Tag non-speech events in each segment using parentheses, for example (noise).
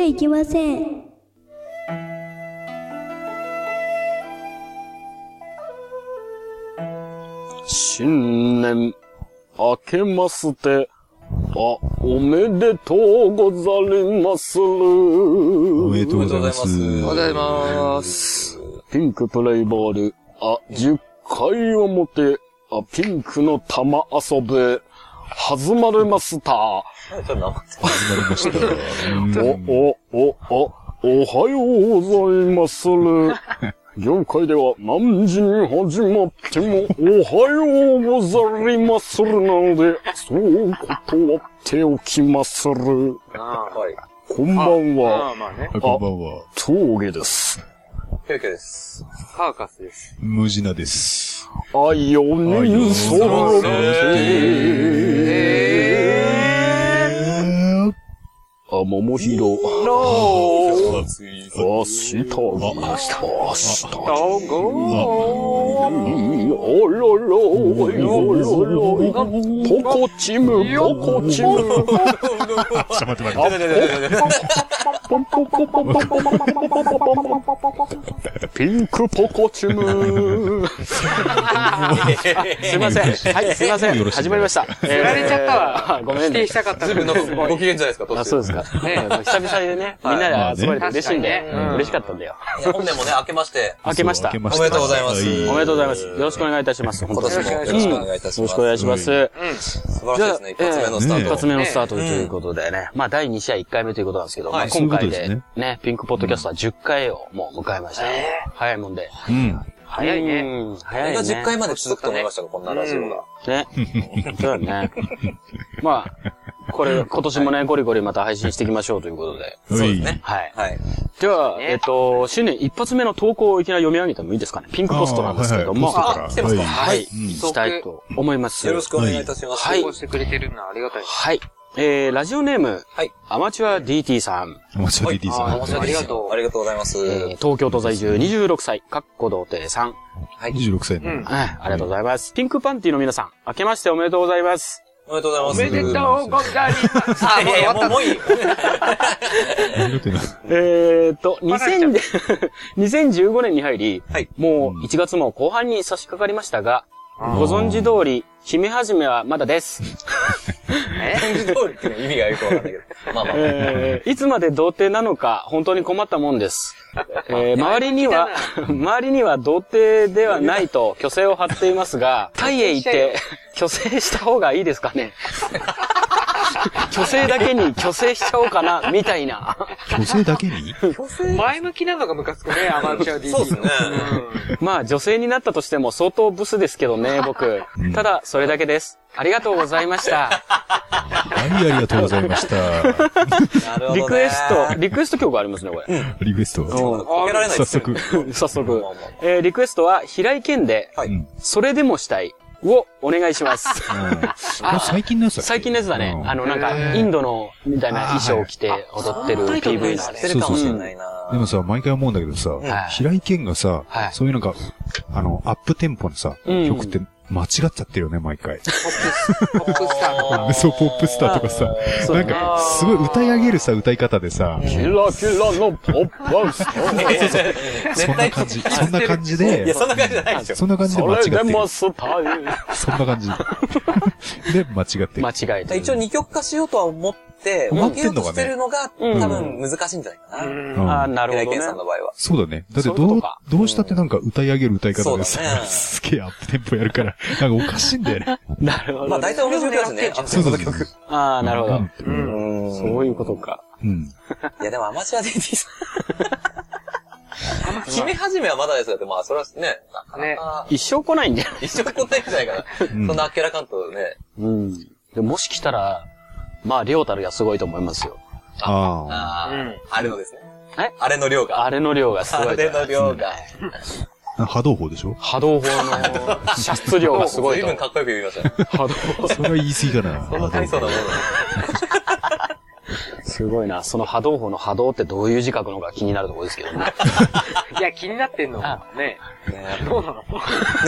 ゃいけません。新年、明けまして、あ、おめでとうござりまする。おお。めでとうございます。おはようございますす。ピンクプレイボール、あ、10回表、あ、ピンクの玉遊べ、弾まれました。それなんか始まりま (laughs) した。うんお、お、お、お、おはようございまする。業界では何時に始まってもおはようござりまするなので、そう断っておきまする。ああ、はい。こんばんまは、あまあね。あこんばんは。峠です。キョウキョウです。サーカスです。ムジナです。あよにそろって、えあ、桃広、ノー明日、明日、ドゴーおろろおろろポコチムポコチムー、ちょっと待ってあ待っれれれれれれピンクポコチムすいません。はい、すいませよん。ろしい始まりました。えーやられちゃったわごめ否 (laughs) んね定したかったずいぶんなんかご機嫌じゃないですか、あ途そう中で。すかね久々でね、みんなで集まれて嬉しいんで、まあねうん嬉しかったんだよ。いや本年もね、明けまして。明けました。明けおまおめでとうございますはめでとうございます。よろしくお願いいたします。本今当に年もよろしくお願いいたしよろします。くお願いします素晴らしいですね、一発目のスタじゃート。あ一発目のスタートということでね。まあ、第2試合1回目ということなんですけど、はいまあ今そうい回うことでですね、ピンクポッドキャストは10回をもう迎えました。早いもんで。い。うん。早いね。こ早いれがね。10回まで続くと思いましたか、こんなラジオが。ね。そうだね。まあ、これ、今年もね、ゴリゴリまた配信していきましょうということで。そうですね。はい。はい。では、えっと、新年一発目の投稿をいきなり読み上げてもいいですかね。ピンクポストなんですけども。あははいはいポス来てトまからすかはいい。行きたいと思います。よろしくお願いいたします。はい投稿ししててくれてる。く。はい。はい。えー、ラジオネーム、はい。アマチュア DT さん。お待ちしていいですあかありがとう。ありがとうございます。えー東京都在住26歳、かっこ童貞さん。はい。 ?26 歳の。はい、ありがとうございます。ピンクパンティの皆さん、明けましておめでとうございます。おめでとうございます。おめでとうございます。あ、いやいや、もうもういあい。りがとうございますえーっと、2000 (laughs) 2015年に入り、はいもう1月も後半に差し掛かりましたが、ご存知通り、姫始めはまだです。通りっていうの意味がよくわかんないけど。まあまあ。えーいつまで童貞なのか、本当に困ったもんです。えー周りには、 (laughs) 周りには童貞ではないと虚勢を張っています (laughs) が、タイへ行って、虚勢した方がいいですかね。虚勢だけに虚勢しちゃおうかな、みた (laughs) いな。女性だけに前向きなのがムカつくね、アマチュア DT の。そうですね。まあ女性になったとしても相当ブスですけどね、 (laughs) 僕。ただ、それだけです。ありがとうございました。はい、ありがとうございました。な (laughs) るほどね。リクエスト、リクエスト曲がありますね、これ。リクエスト。かけられない早ですよ速。早速まあまあまあ。えーリクエストは、平井健で、はい。それでもしたいをお願いします。 (laughs) あ最近のやつだっけ最近のやつだねう。んあの、なんか、インドの、みたいな衣装を着て踊ってる PV だ知ってね。るかもしれないなでもさ、毎回思うんだけどさ、平井堅がさ、はいそういうなんか、あの、アップテンポのさ、うん曲って間違っちゃってるよね、毎回。ポップスター (laughs) の。そう、ポップスターとかさ、そうなんだねか、すごい歌い上げるさ、歌い方でさ、キラキラのポッパンスそんな感じ、そんな感じいや、で、そんな感じじゃないですよ。そんな感じでそ間違っれてるで。もスタイルそんな感じ。 (laughs) で、間違ってる間。違えてる。一応二極化しようとは思って、思分っけてよんうとのがねしてるのが、うん多分難しいんじゃないかな。うんあーなる平井ほ堅さんのどね。場合は。そうだね。だってそういうこどうとか、どうしたってなんか歌い上げる歌い方でそうださ、(laughs) ねすげえアップテンポやるから、なんかおかしいんだよね。なるほまあど。大体同じ曲だしね。そうそうあそう。ああ、なるほど。ど。うん。うんそういうことか。うん。いやでもアマチュア DT さん。決め始めはまだですけど、まあそれはね、なかなか、一生来ないんだよ。一生来ないんじゃないかな。そんなあっけらかんとね。うん。でもし来たら、まあ、りょうたるがすごいと思いますよ。ああ。あーあれのですね。えあれの量が。あれの量がすごあいとれ思いまのす。量が。波動砲でしょ波動砲の射出量がすごい (laughs) 随と分思かっこよく言いましたね。う。波動それは言い過ぎかな。そんな大層なものすごいな。その波動法の波動ってどういう字書くのか気になるところですけどね。いや、気になってんのあ。ねどうなの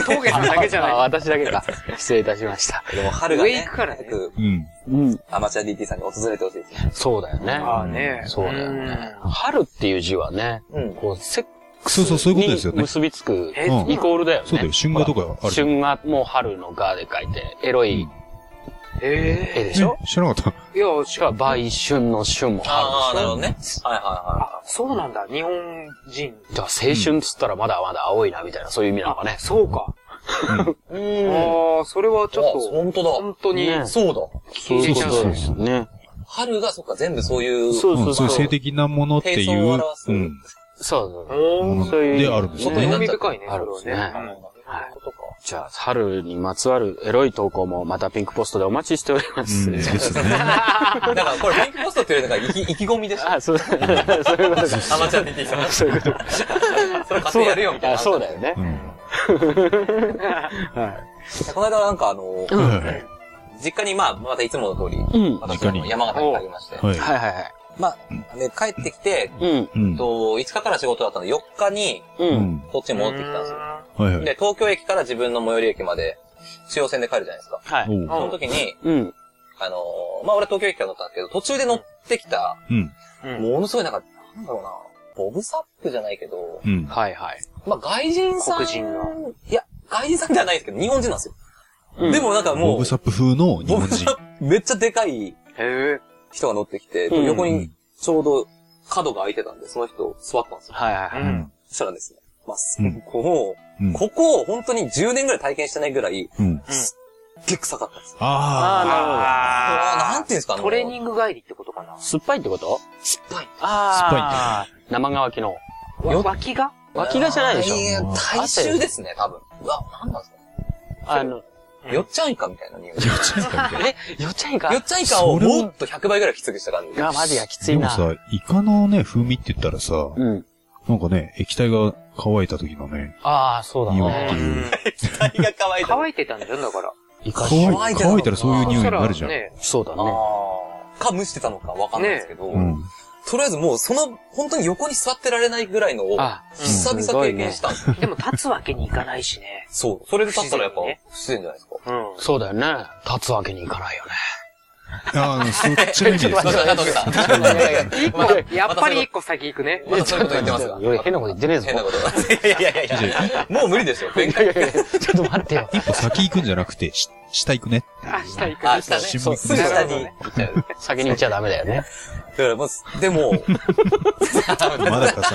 峠さんだけじゃあな私だけか。失礼いたしました。でも春い。が上ね行、くからね。早くうん。うん。アマチュア DT さんに訪れてほしいですね。そうだよね。ああね。そうだよね。うん春っていう字はね、うんこう、セックそスうそうそういうことですよねに結びつく、え、うんイコールだよね。そうだよ春画とかあるほら春画も春の画で書いて、エロいえ絵でしょ、え知らなかっーいや、しかも、売春の春もああ、春なでるしほどね。はょいはあ、そうなんだ。日本人。じゃあ、青春っつったらまだまだ青いな、みたいな、そういう意味なのかね。そうか。いはい。うん。ああ、それはちちょょっっとと、、本当本当に、ねだ。そうだ。そういうことですよね。春が、そっか、全部そういう、そうた。うそん、そうそうう。いう性的なものってい低層をう表、すうん、そうそおう。もーのそういうであるんですそうよいうね。興味深いね、あそるれんではすねあね。なるほどか。じゃあ、春にまつわるエロい投稿もまたピンクポストでお待ちしておりまうす。ん、ですね。だからこれ、ピンクポストって言われたから、意気意気込みでした。あ、そう、 (laughs) そういうことか。アマチュア DT さん。そういうことそれ勝手にやるよ、みたいな。あそうだよねう。ん。この間なんかあの、はいはいはい実家にまあ、またいつもの通り、うん私実家に山形に帰りまして。はい。はいはいはい。まあ、ね、帰ってきて、うん、うん。と、5日から仕事だったので、4日に、う。うんん。こっちに戻ってきたんですよ。はいはい。で、東京駅から自分の最寄り駅まで、中央線で帰るじゃないですか。はおい。うその時に、うん。あのーまあ、俺は東京駅から乗ったんですけど、途中で乗ってきた、うん。うん。ものすごいなんか、なんだろうな、ボブサップじゃないけど、うん。はいはい。まあ、外人さん。黒人のいや、外人さんではないですけど、日本人なんですよ。うんでもなんかもボうブ、サップ風の日ボ本ブ人サ。ップめっちゃでかいへえ。人が乗ってきて、うん横にちょうど角が開いてたんで、その人座ったんですよ。はいはいはうい。ん。そしたらですね、まあ、うんこうんう、ここを本当に10年ぐらい体験してないぐらい、うん。げっ臭かったんですよ。あなあんていうんですか、あのトレーニング帰りってことかな。酸っぱいってこと失敗。ああ。酸っぱい。生乾きの。わ脇が脇がじゃないでしょやうん大衆ですね、多分。うわ、なんなんですかねあの、よっちゃんいかみたいな匂い。あ。よっちゃんかみたいな。 (laughs) え、よっちゃんいかよっちゃんいかをそれはもっと100倍ぐらいきつくした感じ。あ、マジや、きつでいなも。さ、イカのね、風味って言ったらさ、うん。なんかね、液体が乾いた時のね、ああ、そうだ匂いねっ。ていう。体が乾いた。乾いてたんだよ、だから。イカ乾塩い乾いたらそういうあ匂いになるじゃん。そしたらねそうだあね。ーか、蒸してたのかわかんないですけど、うん。とりあえずもうその、本当に横に座ってられないぐらいのを、あ、久す々ご経いね験したんですよ。でも立つわけにいかないしね。そう。それで立ったらやっぱ、不不自然自然にねじゃないですか。うん。そうだよね。立つわけにいかないよね。ああ、そっ (laughs) ちの意味です。一個また、やっぱり一個先行くね。またそういうこと言ってますが。より変なこと言ってねえぞ。変なこと。いやいやいやいや、もう無理でしょ。弁いやいやいやちょっと待ってよ。一歩先行くんじゃなくて、し下行くね。明日行く。あ、下ね。新そう、す聞ぐな下るほどにね。先に行っちゃダメだよね。だからもう、でも、 (laughs) まだかさ、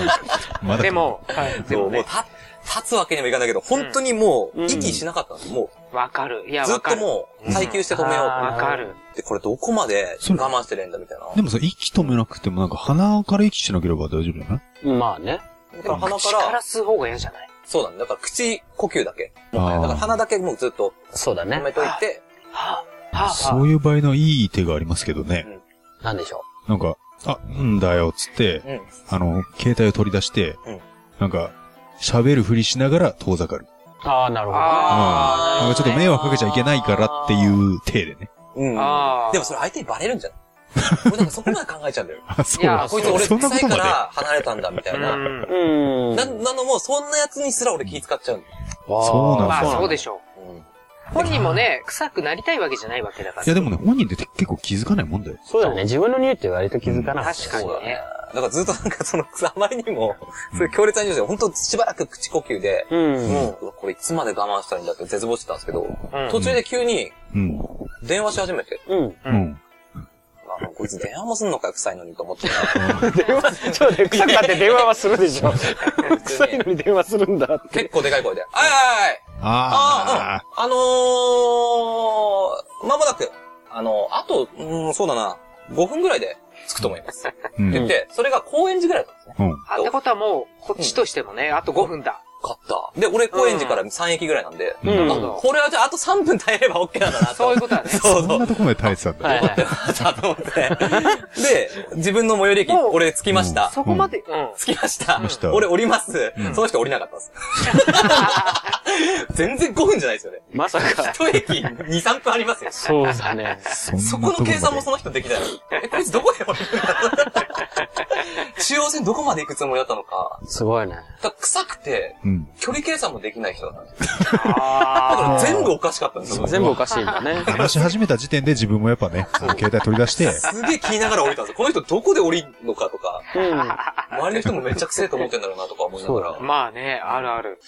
まだかで、も、でそうももうね、た立つわけにもいかないけど、本当にもう、うん息しなかったんですも、わかる。いうや、ずわっかとる。もう、耐久して止めようあっわかる。て、これどこまで我慢してるんだみたいでもさ、息止めなくてもなんか鼻から息しなければ大丈夫じゃないまあね。な。だから鼻か力ら、吸う方が嫌じゃないそうなんだ。だから口呼吸だけ。だからあ鼻だけもうずっとそうだ止ねめ。といて、はぁ、はあ。ぁ、そういう場合のいい手がありますけどね。なんでしょなんか、あ、うんだよ、つって、うん。あの、携帯を取り出して、うんなんか、喋るふりしながら遠ざかる。う。ああ、なるほどね。あーうんなんかちょっと迷惑かけちゃいけないからって (laughs) いう体でね。。うん。あーでもそれ相手にバレるんじゃない俺なんかそこまで考えちゃうんだよあ、そういやあ、こいつ俺そんな臭こいとまかで。ら離れたんだ、みたいな。な、うんうん。なのも、そんなやつにすら俺気使っちゃうんだよ。そうなんだまあ、そうでししょうん。う。本人もね、臭くなりたいわけじゃないわけだから。いやでもね、本人って結構気づかないもんだよょ。。そうだね。自分の匂いって割と気づかなかった確かにね。だからずっとなんかその、あまりにも、そういう強烈な匂いで、ほんとしばらく口呼吸で、うん。もう、うわこれいつまで我慢したらいいんだって絶望してたんですけど、うん途中で急にうん。電話し始めて、うん。うん。あこいつ電話もすんのかよ、臭いのにと思って。電話、ちょっとね、臭くなって電話はするでしょ。臭いのに電話するんだって。結構でかい声で、あいあいあいあああ、うんあのー、まもなく、あのー、あと、うん、そうだな、5分ぐらいで着くと思います。あ。うん。で、うそれが高円寺ぐらいだったんですね。ん。あ、ってことはもう、こっちとしてもね、あと5分だ。買った。で、俺高円寺から3駅ぐらいなんで、うあん。んこれはじゃああと3分耐えれば OK なんだなと。そういうことだね。 (laughs) そうそそんうな。とこまで耐えてたんだはよ。いはい。だと思って。で、自分の最寄り駅、もう俺着きました。そこまで、うん。着きましたました。俺降ります (laughs) う。んその人降りなかったんです。全然5分じゃないですよね。まさか。一駅2、3分ありますよ。そうだね。そんなそとここの計算もまその人できない。え、こいつどこで降りるんだ中央線どこまで行くつもりだったのか。すごいね。だから臭くて、で。うん。距離計算もできない人だったんですよ。だかあら全部おかしかったんですよ。全部おかしいんだね。話し始めた時点で自分もやっぱね、その携帯取り出して、すげえ気にながら降りたんですよ。この人どこで降りるのかとか、う周りの人もめちゃくせえと思ってんだろうなとか思いながら。ーまあね、あるある。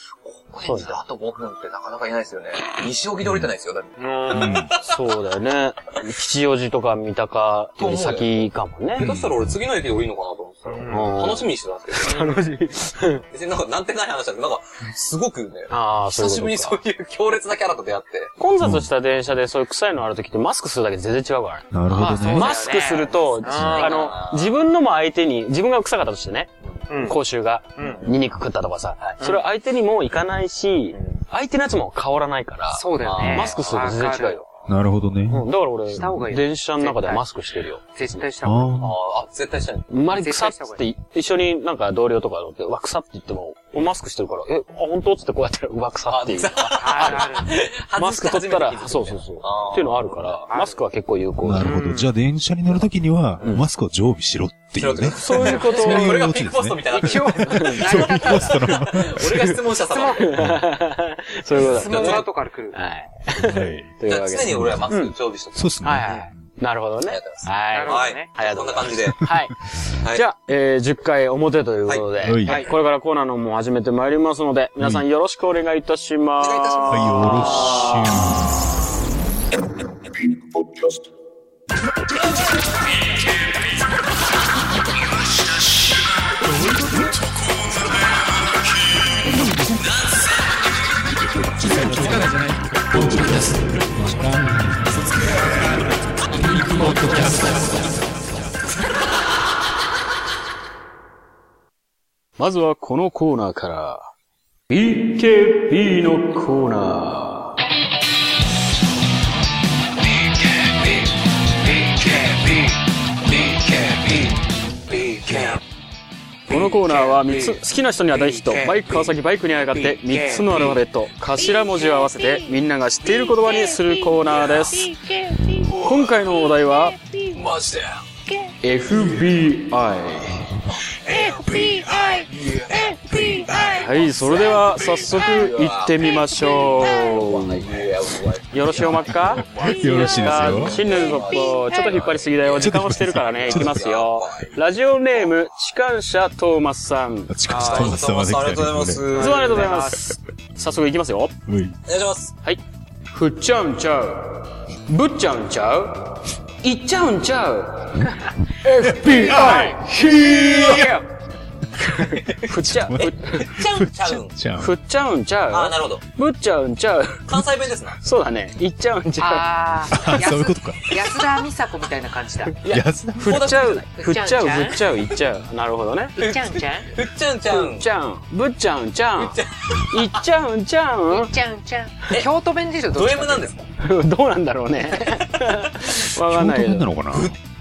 高円寺であと5分ってなかなかいないですよね。西荻で降りてないですよ。だっうてん。ん。そうだよね。吉祥寺とか三鷹より先かも下ね。手したら俺次の駅で降りるのかなと思ってたら、うん楽しみにしてたんですけど、楽しい。別になんかなんてない話なんですけど、なんか、すごくね、ああ、そう久いうしぶりにことそうか。いう強烈なキャラと出会って、混雑した電車でそういう臭いのある時ってマスクするだけで全然違うからね。なるほどまあそうね。マスクすると、ああの、自分のも相手に、自分が臭かったとしてね、うん。口臭が、うん。ニンニク食ったとかさ、それは相手にも行かないし、相手のやつも変わらないから、そうだよね。マスクすると全然違うよ。なるほどね。うん、だからした方がい俺、い電車の中ではマスクしてるよ。わかる。絶対した方がいい。あああ、絶対したい。。あんまり草っつって、一緒になんか同僚とか乗って、うわ、草って言っても、おマスクしてるから、え、あ、本当っつってこうやって、うわ、草っていう。あるある。マスク取ったら、そうそううそう。あーっていうのはあるから、マスクは結構有あ。効なだ。るほど。じゃあ電車に乗るときには、マスクを常備しろっていうね。そういうことそうこいれうがオピチンでポすストみね。たいな。そう、ピンポストの。は俺が質問者様。そういうこと質だ。問の後から来る。はい。い。というわけで。常に俺はマスク常備しとく。そうっすね。はいはい。なるほどありねがとうございま。すはい。なるほどはいね。ありがとうこんごなざいま感じで。はい。はいじゃあ、えー10回表ということで、ははいはいこれからコーナーの方も始めてまいりますので、皆さんよろしくお願いいたします。お願いいたしますはい、よろしゅう。まずはこのコーナーから、BKB のコーナー。このコーナーは3つ、好きな人には大ヒット、バイク川崎バイクにあやがって3つのアルファベット、頭文字を合わせてみんなが知っている言葉にするコーナーです。今回のお題は、マジで。 FBI。はい、それでは早速行ってみましょう。よろしいおまっかよろしいですよ。新年続行、ちょっと引っ張りすぎだよ。時間をしてるからね、いきますよ。ラジオネーム、痴漢者トーマスさん。い近くトーマス様できたありねがとうございます。こつもありがとうございまます。早速行きますよ。れういす。お願いします。はい。ふっちゃうんちゃう。ぶっちゃうんちゃう。いっちゃうんちゃう。FBI! ヒーふっちゃ、ふちゃうんちゃうん。じゃあ、ふっちゃうんちああ、ゃなるほど。う。ぶっちゃうんちゃう。 (laughs) 関西弁ですな。そうだね。いっちゃうんちゃう。ああ、そういうことか。安田美沙子みたいな感じだ。い安田振っちゃう、振振っっちちゃゃう、う振っちゃう、いっちゃう。なるほどね。っちゃうんちゃんふっちゃんちゃいんっ。ちゃうん、ぶっちゃうんちゃうん。いっちゃうんちゃいっう (laughs) ちゃうんちゃん。京都弁でしょ、ド M なんですかかんどうなんだろうね。 (laughs) 本当わかんないけ変など。のかな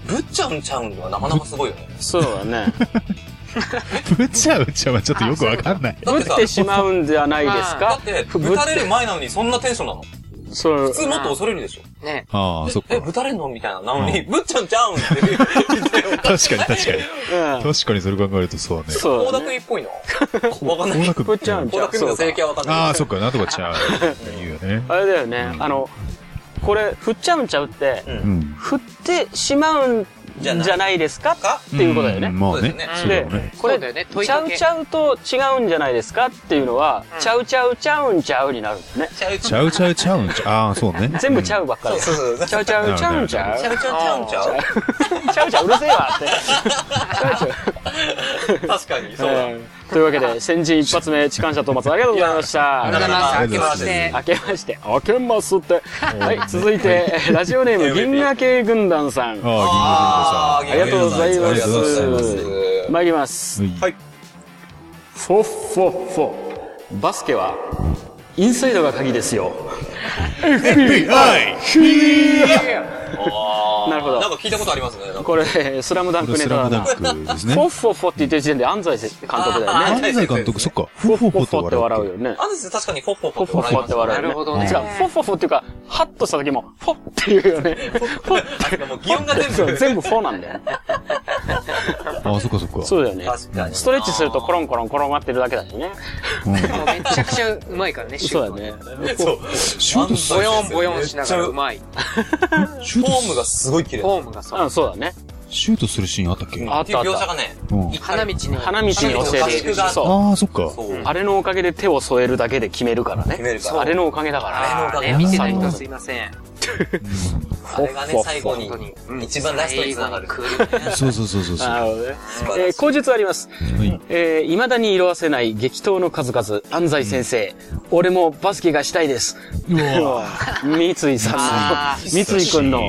ぶっちゃうんちゃうんはなかなかすごいよね。そうだね。ぶっちゃうちゃうはちょっとよくわかんない。だぶっってさてしまうんではないですだかって、ふぶぶったれる前なのにそんなテンションなの。そう普。通もっと恐れるでしょ。ね。ああ、そっかえ、。ぶたれんのみたいな。なのに、うぶっちゃんちゃうんっていう。確かに確かに。うん。確かにそれ考えるとそうね。そう高だ田ね。君っぽいな。わかんない大田けど。君ぶっちゃうんち高ゃ田う。君そのうか整形はわかんない。ああ、そっか、なんとかちゃう。言うよ (laughs) ね。あれだよね。あの、これ、振っちゃうんちゃうって、うん。振ってしまうんじゃないですかっていうことだよねん。まあねそうです。ねそうだでよね。、こそれ、うだよね問いちゃかうけちゃうと違うんじゃないですかっていうのは、うんちゃうちゃうちゃうんちゃうになるんだね。ちゃうちちゃゃう。うちゃうちゃうんちゃう。ああ、そうね。全部ちゃううばっかり。そうそうそう。ちゃうちゃうちゃうんちゃう。ちちゃうちゃうんちゃうゃうちゃううるせえわって。ちゃうちゃう。確かに、そうだ。うんというわけで、先人一発目、痴漢者トーマスありがとうございました。ありがとうございます。明けまあして。明けまして。明けますって。はい、続いて、ラジオネーム、銀河系軍団さん。ああ、銀河ありがとうございます。ありがとうございます参ります。銀河さん。はい。フォッフォッフォ。バスケは、インサイドが鍵ですよ。 FBI! なるほどなん。か聞いたことありますね。なんかのこれ、スラムダンクれネスタラだムダな。フンクですォッね。フォッフォって言ってる時点で安西監督だよね。あ安西監督、そっか。フフォォフォッフォフォッフとォって笑笑ううよ。ね。あずさん確かにフォッフォッフォッフォッフォって笑うよね。なるほどね違う、フォッフォッフォっていうか、ハッとした時も、フォッっていうよね。フォッう。もう擬音がそ全う部。全部フォなんだよね。あ、そっかそっか。そうだよね。確かに。ストレッチするとコロンコロン転がってるだけだしね。うんもうめちゃくちゃうまいからね、シそュうーだト。ね。そう。シュートすボヨンボヨンしながらうフォまい。フシュートームがすごい綺麗。ォームがそうう。ん、そうだね。シュートするシーンあったっけああっったたああっった描写がね、うんいい花道に。花道に教えて花道の合宿がそう。ああ、そっか。そう。あれのおかげで手を添えるだけで決めるからね。決めるからそうあれのおかげだから。あれのおかげね、見てない人はすいません。あれがね、最後に本当に、一番ラストに繋がる。そうそうそうそうそう。なはるほどね。晴えらしー、口述あります。い。えー、未だに色褪せない激闘の数々、安西先生。俺もバスケがしたいです。うわ三井さあんの、三井くんの。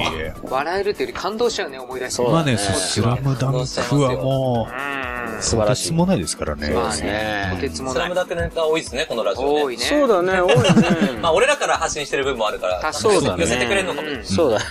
笑えるというより感動しちゃうね、思い出して。そうまだあね、ねスラムダンクはもう、素晴らとしてつい。もないですからね。まあそうですねね、とてつもスなラいム。ダンクネタ多いですね、このラジオ多ね。いね。そう (laughs) だね、多いまあ、ね。俺らから発信してる分もあるから、そうだね寄せてくれるのかも。うんそうだね。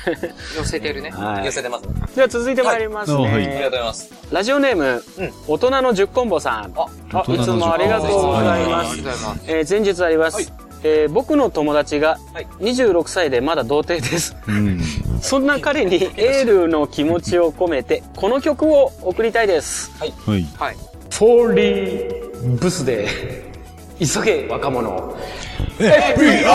寄せてるね。は寄い。せてます。あでは続いてまいりますはいはいりがとうね。ございます。ラジオネーム、うん大人の十コンボさん。あ、いつもありがとうございまあすり。がとうございます。えー前日あります、はいえー僕の友達がはい26歳でまだ童貞です、 (laughs) うん。そんな彼にエールの気持ちを込めてこの曲を送りたいですはい。はい。 「フォーリーブスで急げ若者 FBI!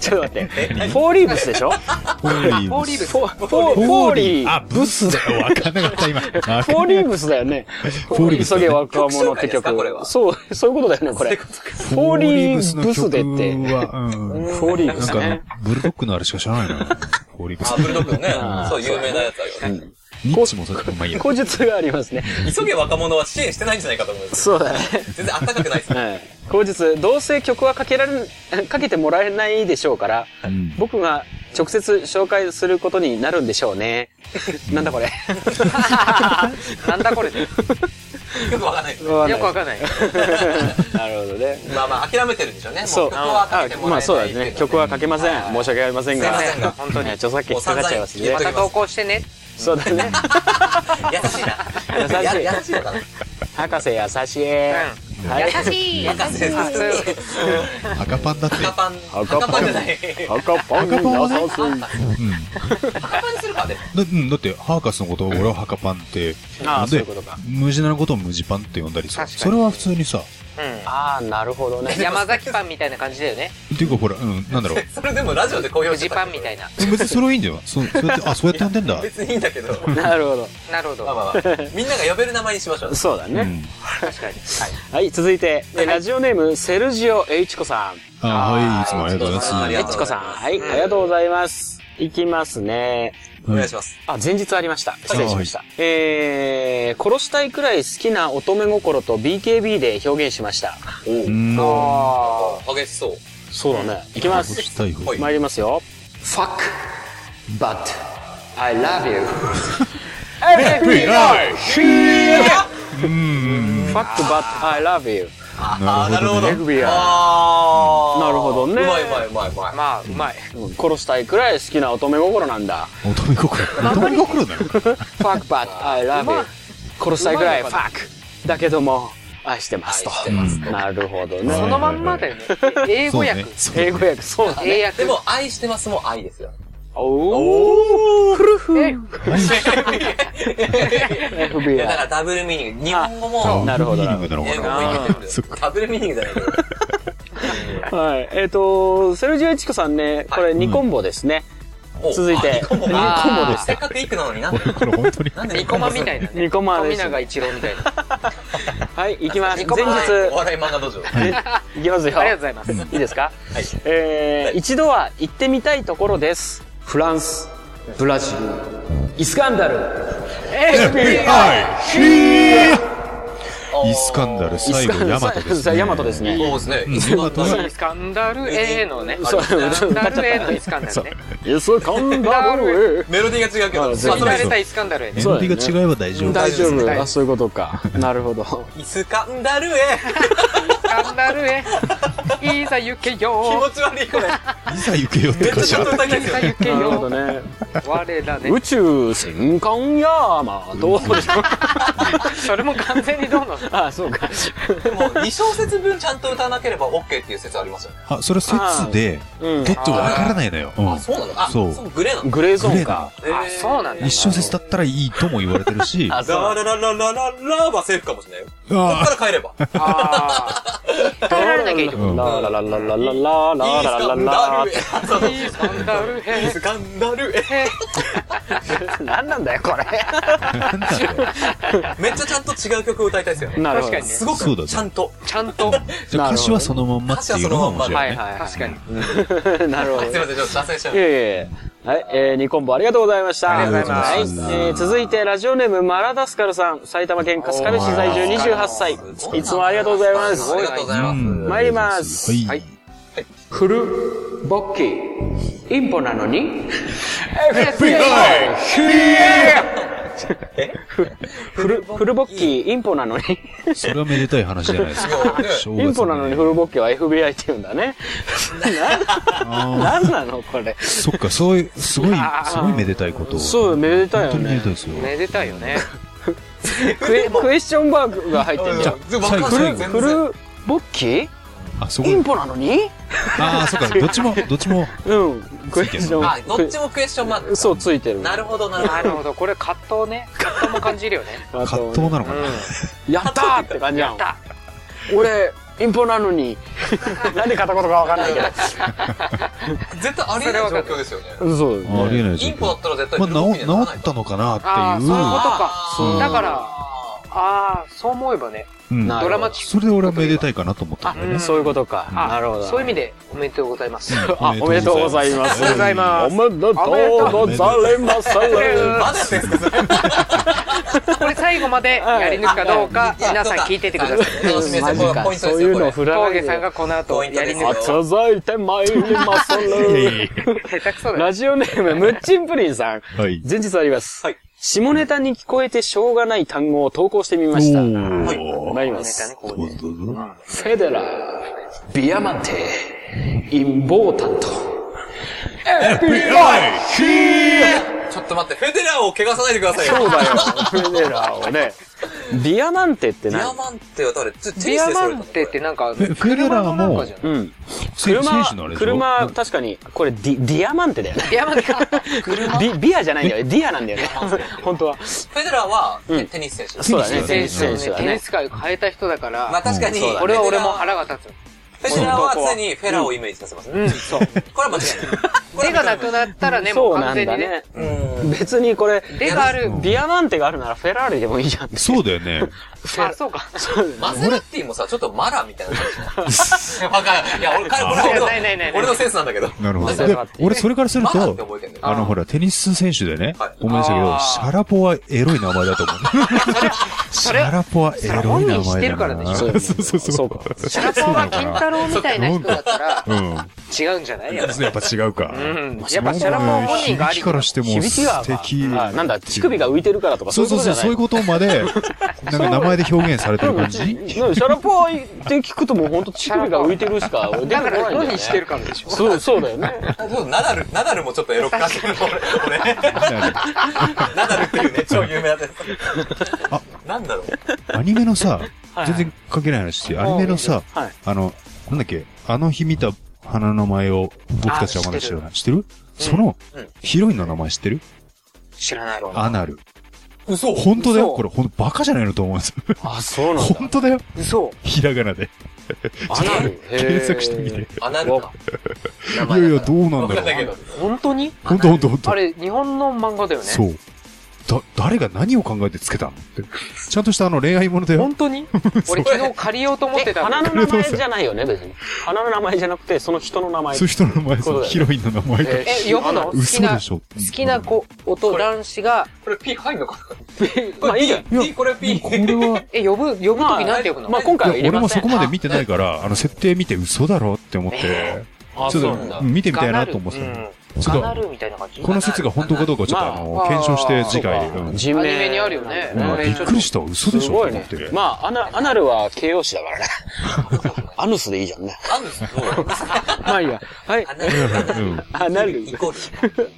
ちょっと待ってフォーリーブスでしょフォーリフォーーリーブスフォフォフォーリーあ、ブスだよ。わかんなかった、今。フフォーリーブスだ (laughs) よね。ォーリーブスだ急ねげ若者って曲紹介ですかこれ曲。はそう、そういうことだよね、これ。フォーリーブスでって。フォーリーブスの曲は、うん。フォーリーブなんスかあのね。、ブルドックのあれしか知らないな。フォーリーブスあ、。ブルドッグのねあー、そう、有名なやつあるよね。ニッチもそうだけど、まあいいや。口述がありますね。急げ若者は支援してないんじゃないかと思うんですそうだね。全然あったかくないですね。 (laughs) はい。後日、どうせ曲はかけられん、 (laughs) かけてもらえないでしょうから、うん僕が直接紹介することになるんでしょうね。な (laughs) んだこれ。なんだこれ。よよくわかんないです。よくわかんない。なるほどね。まあまあ、諦めてるんでしょうね。もそう曲はかけてあ、もまらえないあそうだっていね。う曲はかけません。申し訳ありませんが。すいませんが本当に。著作権引っかかっちゃいますもねうま。散た投稿してね。そうだね。優しいな。優しいや優しいのかな。博士優しい。はい。優しい。博士優しい。赤パンだって。赤パン。赤赤パパンンじゃない。赤パン優しうん。赤パンにするかで。だうんだって、ハーカスのことを俺はハカパンって呼んああそういでうことか、ムジナのことをムジパンって呼んだりさ、確かにそれは普通にさ、うああ、なるほどねん。。山崎パンみたいな感じだよね。っていうかほら、うん、なんだろう。それでもラジオで公表し富て士たパんンだみたいな。別にそれはいいんだよ。そうそうやって、あ、そうやって呼んでんだ。別にいいんだけど。ま (laughs) なるほなるほど。あまあまあ。みんなが呼べる名前にしましょうど。。そうだうね。ん。確かに。はい、続いて、えラジオネーム、セルジオ・エイチコさん。あはい、いつもありがとうごあざりいエがまッとうございますチコさん。はい、ありがとうございます。いきますね。お願いします。あ、前日ありました。失礼しました。えー、殺したいくらい好きな乙女心と BKB で表現しました。す。うん。あ激しそう。そうだね。いきまそしす。たい方はい参りますよ。Fuck, but I love you. FBI! Fuck, but I love you. あー、なるほど。 FBI あー。なるほどねうまいうまいうまいうまい。まあ、うまい。うん殺したいくらい好きな乙女心なんだ。乙女心。乙女心なの Fuck, but I love you. (laughs) 殺したいくらい Fuck. だけども、愛してますと愛してま。なるほどはいねそ。のまんまだよね。英語そう訳ね。。そう英語訳、そうだね。英訳。でも、愛してますも愛ですよ。おー。フルフえ FBI いやだからダブルミーニング。日本語そうも、なるほどいいのなの英か語なも入れてるんそっでか。ダブルミーニングじゃないけど。はい。えっ、と、セルジオエチコさんね、これ2コンボですね。お続いてあコンボあー二コンボですせっかく一句なのになんでこれ本当に。なんでニコマみたいな。なね。ニコマです富永一郎みたいな。はい、行きます。二コン前ボ日、お笑い漫画道場。行きますよ。ありがとうございます。いいですか、はいえー、一度は行ってみたいところです。フランス、ブラジル、イスカンダル、イスカンダル、最後、ヤマトですそうね。ヤマトですね。そうですね。ヤマトそうイスカンダル A のね。そう、イスカンダル A のイスカンダルね。い。イスカンダルへ。メロディーが違うけど、まあ、全そ見られれたイスカンダル A ね。メロディーが違えば大丈夫。大丈大丈夫です夫。あ、そういうことか。なるほど。イスカンダルへ。イスカンダル A。いいざ行け気よ持ち悪い、これ。いざ行けよってめっ歌ちゃ詞ちあょっっとた。歌いたいいですよね。ざ行けなるほよどね。我らね宇宙戦艦ヤーマーどうでしょうそれも完全にどうなのああ、そうか。でも、2小節分ちゃんと歌わなければ OK っていう説ありますよね。あ、それ説で、うんちょ。っとわからないのよ。うんあ、そうなのあ、そうのグレーなのグレーゾーンか。えーあそうなんだ一小節だったらいいとも言われてるし、ああ、そうララなラララララはセーフかもしれないよ。こっあから帰れば。いいああ耐えられなきゃいいってこうんんだ。ラララララでラララすララかラダラルエ。そとうそういいサンダルいいでへすかダルエ。何なんだよ、これ。なんだろうめっちゃちゃんと違う曲を歌いたいですよね。なるほど。確かにねすごそうだく、ねちゃんと。ちゃんとじゃあ歌詞はそのまんまっていうのが面白はいいね。はい確かにに。なるほすど。いません、ちょっと脱線しちゃいえいえ。はい、えー、ニコンボありがとうございました。ありがとうございますはい、えー、続いて、ラジオネーム、マラダスカルさん、埼玉県春日部市在住28歳。いつもありがとうございまあすり。がとうございまうす。ん参りますはい。フル、ボッキー、インポなのに FBI フル、フルボッキー、インポなのにそれはめでたい話じゃない (laughs) ですか。正イン月ポなのにフルボッキーは FBI って言うんだね。あーなんなのこれ。そっか、そういう、すごい、すごいめでたいことを。そう、めでたいよ本当にめでねたい。ですよ。めでたいよねクエクエスチョンバーグが入ってんじゃん。うんわかんない最後全フ然。ル、ボッキあ、そーこインポなのにああ、そっか、どっちも、どっちも、うん。クエスチョン。あ、どっちもクエスチョンマーク。そう、ついてる。なるほど、なるなほどる。ほどこれ葛藤ね葛藤も感じるよねあと葛藤なのかな。やったーって感じやん。俺、インポなの (laughs) に。なんで片言かわかんないけ絶対ありえない状況ですよね。ど。そうあありえないですインポだったら絶対まあ、フルボッキーには治なら治ないったのかなってああそいういううことあーかそうだからあああそう思えばねうんなるほどドラマチックそれで俺はめでたいかなと思ったんだよね。そういうことか。あなるほど。そういう意味でおめでとうござ (laughs) いますあ、おめでとうございまおめです。とうございまおめでとうございます。ーまだやってんすかそれこれ最後までやり抜くかどうかいや皆さん聞いててください楽しみですマジかポイントですよそういうのを振らない峠でさんがこの後やり抜く続いて参ります。下手くそだよラジオネーム、ムッチンプリンさん。はい。前日あります。はい下ネタに聞こえてしょうがない単語を投稿してみました。おー参りネタまねす。こうねどうぞどうぞフェデラー、ビアマンテ、インボータント。ちょっと待って、フェデラーを怪我さないでくださいよ。そうだよ、フェデラーをね。ビアマンテってビア何マンテは誰ちょテニビスアですマよンテってなんかえフェデラー車のなんもかじゃ、なうん。選手車はのあれ、でしょ車、確かに、これディ、ディアマンテだよね。いビアマンテか (laughs) ビビアじゃないんだよね。ディアなんだよね。 (laughs) 本当は。フェデラーは、ねテニス選手です。そうだね。選手選手を選手ねだテニね。ス界を変えた人だかまあら確かに、これは俺もフ腹が立つェデラーは常にフェラーをイメージさせますね。そう。これは間違いない。これ手はが間違ないくなったらねもそううな完ん全だにねね。うん。別にこれ、手があるビアマンテがあるならフェラーリでもいいじゃん。そうだよね。あそうかマセラティもさ、ちょっとマラみたいな感じ。わかんない。いや、俺、これは俺のないないないない俺のセンスなんだけど。なるほ (laughs) マど。セラで、俺それからするマラってと、覚えてんだよ。あの、ほら、テニス選手でねはい、思いましたけあど、ーシャラポはエロい名前だと思う。シれャラポはエロい名それ本人知っ前てだるからでな。し (laughs) そょうそうそそうかう。シャラポンは金太郎みたいな人だったらうん。違うんじゃないやっぱやっぱ違うか。うんやっぱシャラポン本人があり響きからしても響きが素敵。あなんだ、乳首が浮いてるからとか、そそうういうこそうとそう、じゃないそういうことまで、なんか名前で表現されてる感じうんシャラポーって聞くともうほんと乳首が浮いてるしか出て (laughs) こだかないんだよらね。本人してるからでしょそう、そうだよ (laughs) ね。あそうナダル、ナダルもちょっとエロく感じるの、俺。俺ナダルっ (laughs) ていうね、超有名なやつ。あなんだろう。アニメのさ、全然関係ない話して、アニメのさ、はい。あの、なんだっけ、あの日見た花の名前を僕たちはまだ知らない。知ってるそのうん、ヒロインの名前知ってる知らないアナル。嘘本当だよ嘘これ、ほんとバカじゃないのと思うんですよ。あ、そうなんだ。本当だよ嘘ひらがなで。アナル。検索してみて。アナルか。名いや前いだや、かどうなんらだわかんないけろう。ど。本当にほんとほんとほんあと。れ日本の漫画だよねそう。だ、誰が何を考えてつけたのって。ちゃんとしたあの恋愛ものだよ本。当に俺昨日借りようと思ってえ、た花のの名前じゃないよね、別に。花の名前じゃなくて、その人の名前そういう。人の名前、そのヒロインの名前が。え呼ぶの好き嘘なでし好ょ。きな子男男子がこれ P 入んのかなまあいいじゃん。いや P、これでも P。これは、え呼ぶ呼ぶ時なんて呼ぶのまあ今い回やは入れ俺まもせそん。こまで見てないから、あの設定見て嘘だろって思って、あちょそうっなんだと。見てみたいなガナルと思ってたうのんちょっガナと、ルみたいな感じこの説が本当かどうかをちょっとあまのあ、検証して次回、そううかんうん人ア名。ニメにあるよねうん俺びっちょっくりした、嘘でしすょとごい思っねて。。 (laughs) まあ、アナアナルは形容詞だからね。アヌスでいいじゃんね。あるん (laughs) ですけど、まあいいや。はい。あ、なうんうん。あ、なるイ。コール。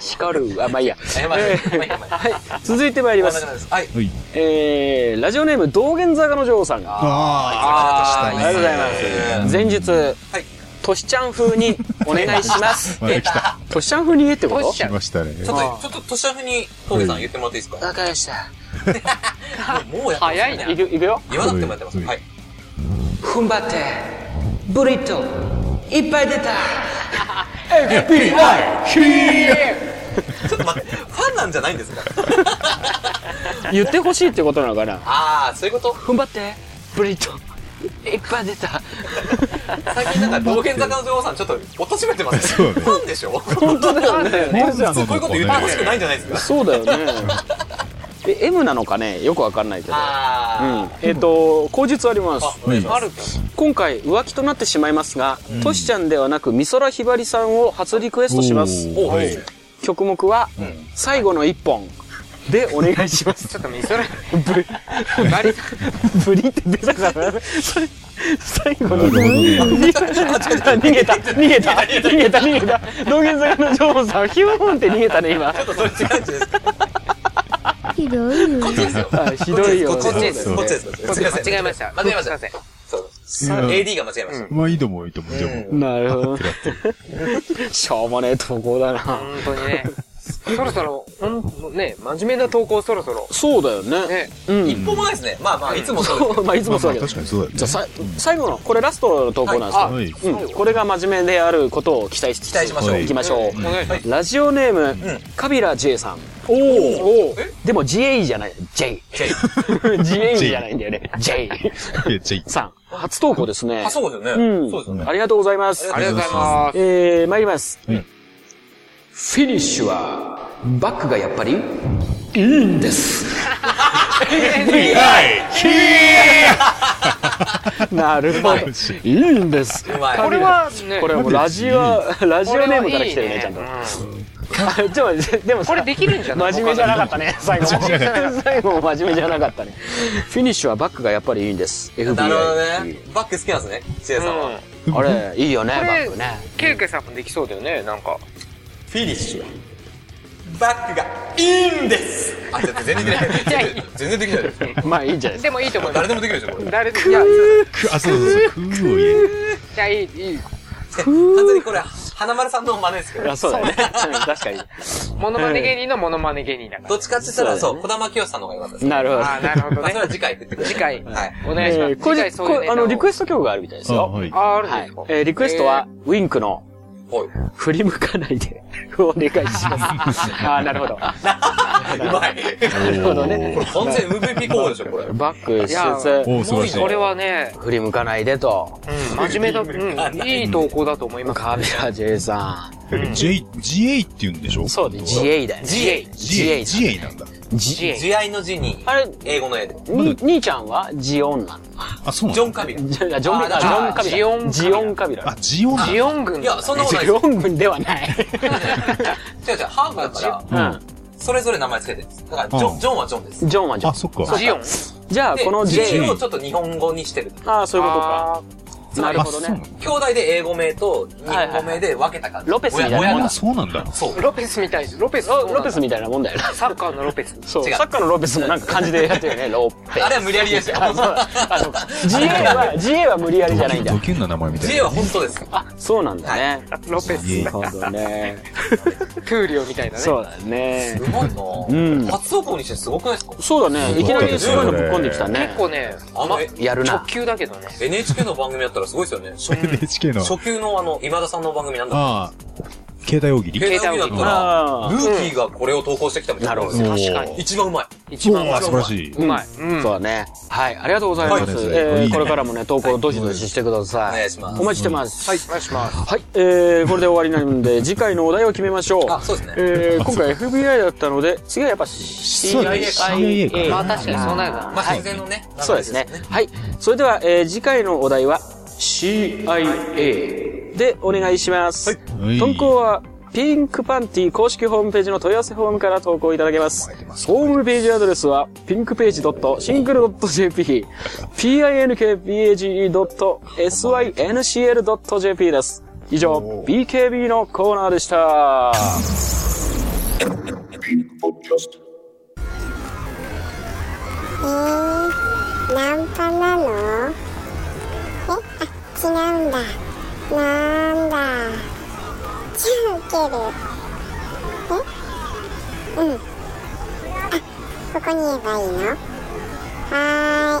叱る。あ、まあいいや。やばいえやーばいやばいやばい。続いてまいり真まん中すな。んですはい。はい。えー、ラジオネーム、道玄坂の女王さんが。あありがとうございます。前日、はい。トシちゃん風にお願いします。また来た。トシちゃん風に言えってことトシち来ましたね。ちょっと、ちょっと、年明けに、峠さん言ってもらっていいですかわかりました。もうもうやってますね早いいねく、いくよ。言わなくてもやってます。うんはい。踏ん張って、ブリット、いっぱい (laughs) 出た。FBI! (laughs) ちょっと待って、ファンなんじゃないんですか (laughs) 言ってほしいってことなのかなああ、そういうこと踏ん張って、ブリット、いっぱい出た。最近なんか、道玄坂の女王さん、ちょっと、貶としめてま (laughs) すそうね。ねファンでしょ本当だよね。本当だよねこういうこと言ってほしくないんじゃないですかそうだよね。え、M なのかねよくわかんないけど。うあん。えっ、と、口述ありますあ。。あ、お願いしまあす。るか今回浮気となってしまいますが、トシちゃんではなく美空ひばりさんを初リクエストしますおーはい曲目は、最後の一本でお願いし (laughs) ますちょっと見それブリバリブリって出たからねそれ最後のなるほどね逃げた逃げた逃げた逃げた道玄坂の女王さんヒューンって逃げたね今ちょっとそれ違うんじゃないですかひどいよ。あひどいよこっちです。そうこっちです。こっちです。間違えました間違えましすたいま。せんそう。AD が間違えました。まあいいともいいとも。じゃあもう。なるほどしょうもねえ投稿だな本当にねそろそろほんね真面目な投稿そろそろそうだよねねうん一歩もないですね。まあまあ、いつもそうですけど。そうまあいつもそうだけど確かにそうだよね。じゃあさ最後のこれラストの投稿なんですけどはい。うん、これが真面目であることを期待し期待しましょう行きましょう、お願いしまラジオネーム、んカビラ J さんおおえでも GA じゃない J (laughs) じゃ GA じゃないんだよね J えじゃあさん初投稿ですねあ、そうですようね。んそうですよね。ありがとうございますありがとうございますえー、参ります、はいフィニッシュはバックがやっぱりいいんです (laughs) なるほどいいんですうまい。これはねこれはもうラジオ、ラジオこれネはームからい来いてるね、ねちゃんと。あちょっと待ってでもさこれできるんじゃない真面目じゃなかっ (laughs) たね最後も最後も真面目じゃなかったねフィニッシュはバックがやっぱりいいんですなるほど FBI ね。バック好きなんですね。千恵さんは。あれいいよねこバれックねケイケイさんもできそうだよねなんかフィニッシュはバックがいいんですあ、だって全然できない。いやいい全然できないです。まあいいんじゃないですでもいいと思いま誰でもすできるでしょ、これ。誰でもいやいくあ、そうそうそう。くーを言え。やいいいい完全にこれ、花丸さんの真似ですけかどあ。そうだよね確かにモノマネ芸人のモノマネ芸人だかどらっちかって言ったら、そそうだう、小玉清さんの方が良かったです。なるほどああなるほどまあ、そねれは次回って言ってください次回はい。お願いしまえすーこ次れ回そういうこネれタあをのリクエスト曲があるみたいですあ、よはい。ああるんはでいすかえーリクエストはウィンクのほい。 「振り向かないで」 (laughs) お願いし (laughs) ます (laughs) ああなるほどうまい。なるほどこれね完全 MVP 候補でしょ、これ。バックしおつー、素晴らしい。これはねつ振り向かないでとうん真面目だ (laughs) うんいい投稿だと思いますカビラ J さん J、GA って言うんでしょそうで GA。 GA だよね GA GA GA なんだ。 GA 慈愛の字に、あれ英語の英で。に、兄ちゃんはジオンなの (laughs) あ、そうなんジだョン・カビラ。ジョン、ジョンあカビラ。ジオンカビラジオンカビラあ、。ジオンなんだジオン軍いや、そんなことないジです。オン軍ではない。 (laughs) 違う違う、ハーフだから、うそれぞれ名前つけてるんです。だから、うジョんン、ジョンはジョンですん。。ジョンはジョンあ、。そっか。ジオンじゃあ、で、この J J。をちょっと日本語にしてる。ああ、そういうことあか。ーなるあ、ほそどうなんねだ。。兄弟で英語名と日本語名で分けた感じ。はいはいはいロペスみたいな親もんあ、親だがそうなんだ。そう。ロペスみたいですロペスロロペスみみたいなもんだよな。たいサッカーのロペスそう。違うサッカーのロペスもなんか漢字でやってるよね。ロペあれは無理やりですよ。あ、そうだ。あ、そうか。GA は、GA は無理やりじゃないんだ (laughs) ド。キュンな名前みたいな。 J は本当です。あ、そうなんだね。ロペスなるほどね。トゥーリオみたいなねそうだねす。ごいなうんぁ。初音校にしてすごくないですかそうだね。いきなりすごいのぶっ込んできたね結。構ねあの、えやる直な。球だけどね NHK の番組やったらすごいですよね。初 NHK の。初級のあの、今田さんの番組なんだっああ、携帯大喜利。け携帯だったら、あルーキーがこれを投稿してきたみたいな。なるほどおー確かに一番うまい。一番おー面素白晴いらしい。うまいうんそうだね。はい、ありがとうございます。はいいえいーねこれからもね、投稿どしどししてください。お願いしますお待ちしてます。はい。お願いしますはい、えー、これで終わりなんで、次回のお題を決めましょう。あ、そうですね。えー、今回 FBI だったので、次はやっぱ CIA そうだね CIA まあ確かにそうなるなまあ、自然のね。そうですね。はい。それでは、えー、次回のお題は CIA でお願いします。はい投稿はピンクパンティ公式ホームページの問い合わせフォームから投稿いただけますえてま。すホームページアドレスは、ピンクページ .syncl.jp、pinkpage.syncl.jp です。以上、BKB のコーナーでした。えー、ナンパなのえ、あ、違うんだ。なんだ。じゃあ受ける。えうん。あ、ここに言えばいいのはーい。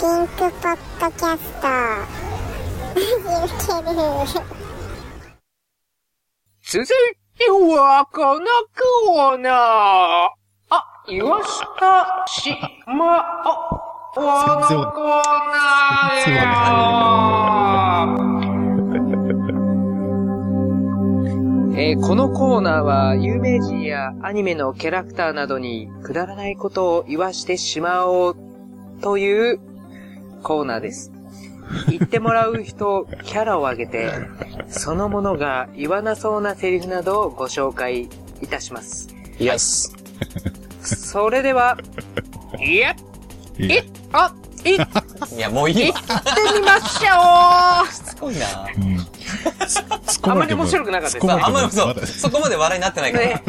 ピンクポッドキャスト。 (laughs) マジ受ける。続いては、このコーナー。あ、岩下しま、あ、このコーナーよえーこのコーナーは、有名人やアニメのキャラクターなどにくだらないことを言わしてしまおうというコーナーです。言ってもらう人、キャラを上げて、そのものが言わなそうなセリフなどをご紹介いたします。イエス。それでは、いや、いいや、あ、い、行っていや、もういいわ。みましょしつこいな。うん。うああんまり面白くなかったです突っ込ままれあ、あてんもまりそまう、だそこまで笑いになってないから。ね。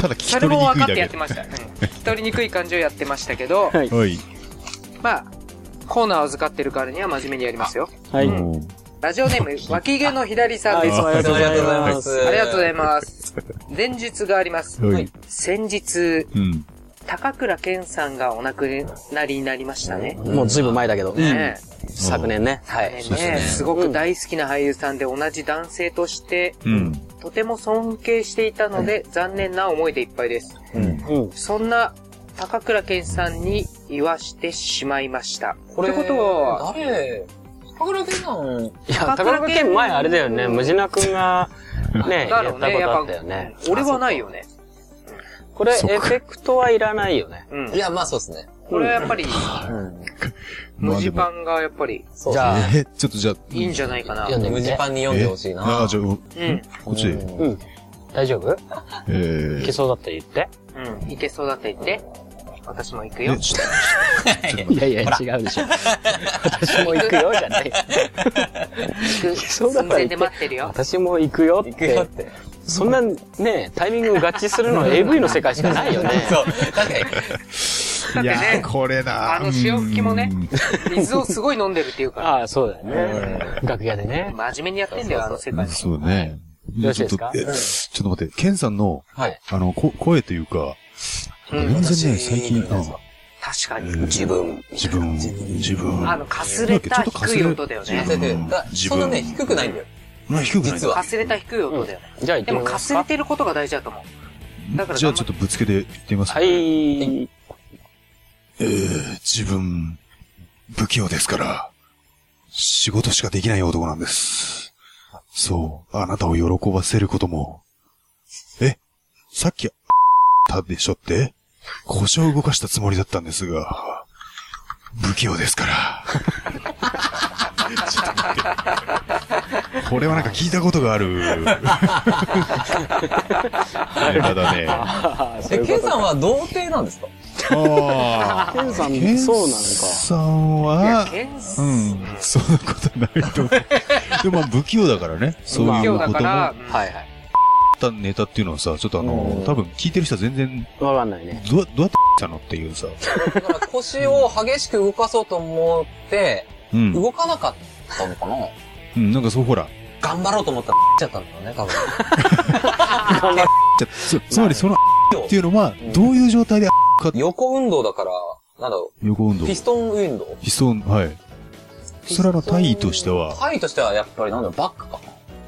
ただ聞きそれ取りもに分くいだかってやっけて。(laughs) ました。うん聞き取りにくい感じをやってましたけど、はい。はい。まあ、コーナーを預かってるからには真面目にやりますよ。はい。もうラジ (laughs) オネーム、脇毛の左さんです。あいつもあありがとうございます。ありがとうございます。前日があります。はいはい先日、うん。高倉健さんがお亡くなりになりましたね。もうずいぶん前だけど、ねえ昨年ね。はい。ねすごく大好きな俳優さんで同じ男性として、うん。とても尊敬していたので、残念な思いでいっぱいです。うん。うん。そんな、高倉健さんに言わしてしまいました。これ、ってことは、誰高倉健さん、いや、高倉健前あれだよね、ムジナ君が、ね、やだろうったことね、やあっったよぱ、ね。俺はないよね。これ、エフそっかェクトはいらないよね。うんい。や、まあそうですね。これはやっぱり、うん。ま文あ字でも、盤がやっぱり、そうじゃあえ、ちょっとじゃあ、いいんじゃないかな。いやね無事パンに読んでほしいえあな。あ、じゃあ、こうん。っちで。うんうん。大丈夫いえーけそうだったら言って。うん。いけそうだって言って。私も行くよえ、。ちょいやいや、違う (laughs) でしょ。私も行くよ、じゃない。行く。そう寸だから前言ってで待ってるよ。私も行くよっ。行くよってて。そんな、ね、タイミング合致するのは AV の世界しかないよね。そう。確かに。っといやー、これなあの潮吹きもねうん水をすごい飲んでるっていうから。 (laughs) ああ、そうだよね。楽屋でね。真面目にやってんだよ、あの世界。そうね。よろしいですかちょっとえちょっと待って、ケンさんの、はい。あの、こ声というか、う全ん然ね、最近、私うん確かに。自分、自分、自分。あの、かすれた低い音だよだね。ってだそんなね、低くないんだよ。まあ、低くない。実はかすれた低い音だよ。じゃあ行っでてみも、まかすすれか。てることが大事だと思う。だからじゃあ、ちょっとぶつけていってみます。は。い。えー、自分、不器用ですから、仕事しかできない男なんです。そう、あなたを喜ばせることも。え、さっき、たでしょって腰を動かしたつもりだったんですが、不器用ですから。ちょっと待って。これはなんか聞いたことがある。ネタだね。あえ、ケンさんは童貞なんですかあ。ケンさん、ケンそうなのさんは、ケンスうん、そんなことないと思う。 (laughs) でもまあ不器用だからね、そう不器い用うだこかとも、ら、か。はいはい。たネタっていうのはさ、ちょっとあの、多分聞いてる人は全然、わかんないね。どうやどうやってしたのっていうさ、だから腰を激しく動かそうと思って、うん、動かなかったのかなうんなんかそうほら、頑張ろうと思ったら、 (laughs) ちゃったんだよね、多分。じゃつつまりその、っていうのは、どういう状態で、横運動だから、なんだろ横運う、動、ピストン運動ヒソン、はい。それはあの、体位としては、体位としてはやっぱりなんだろう、バックかな。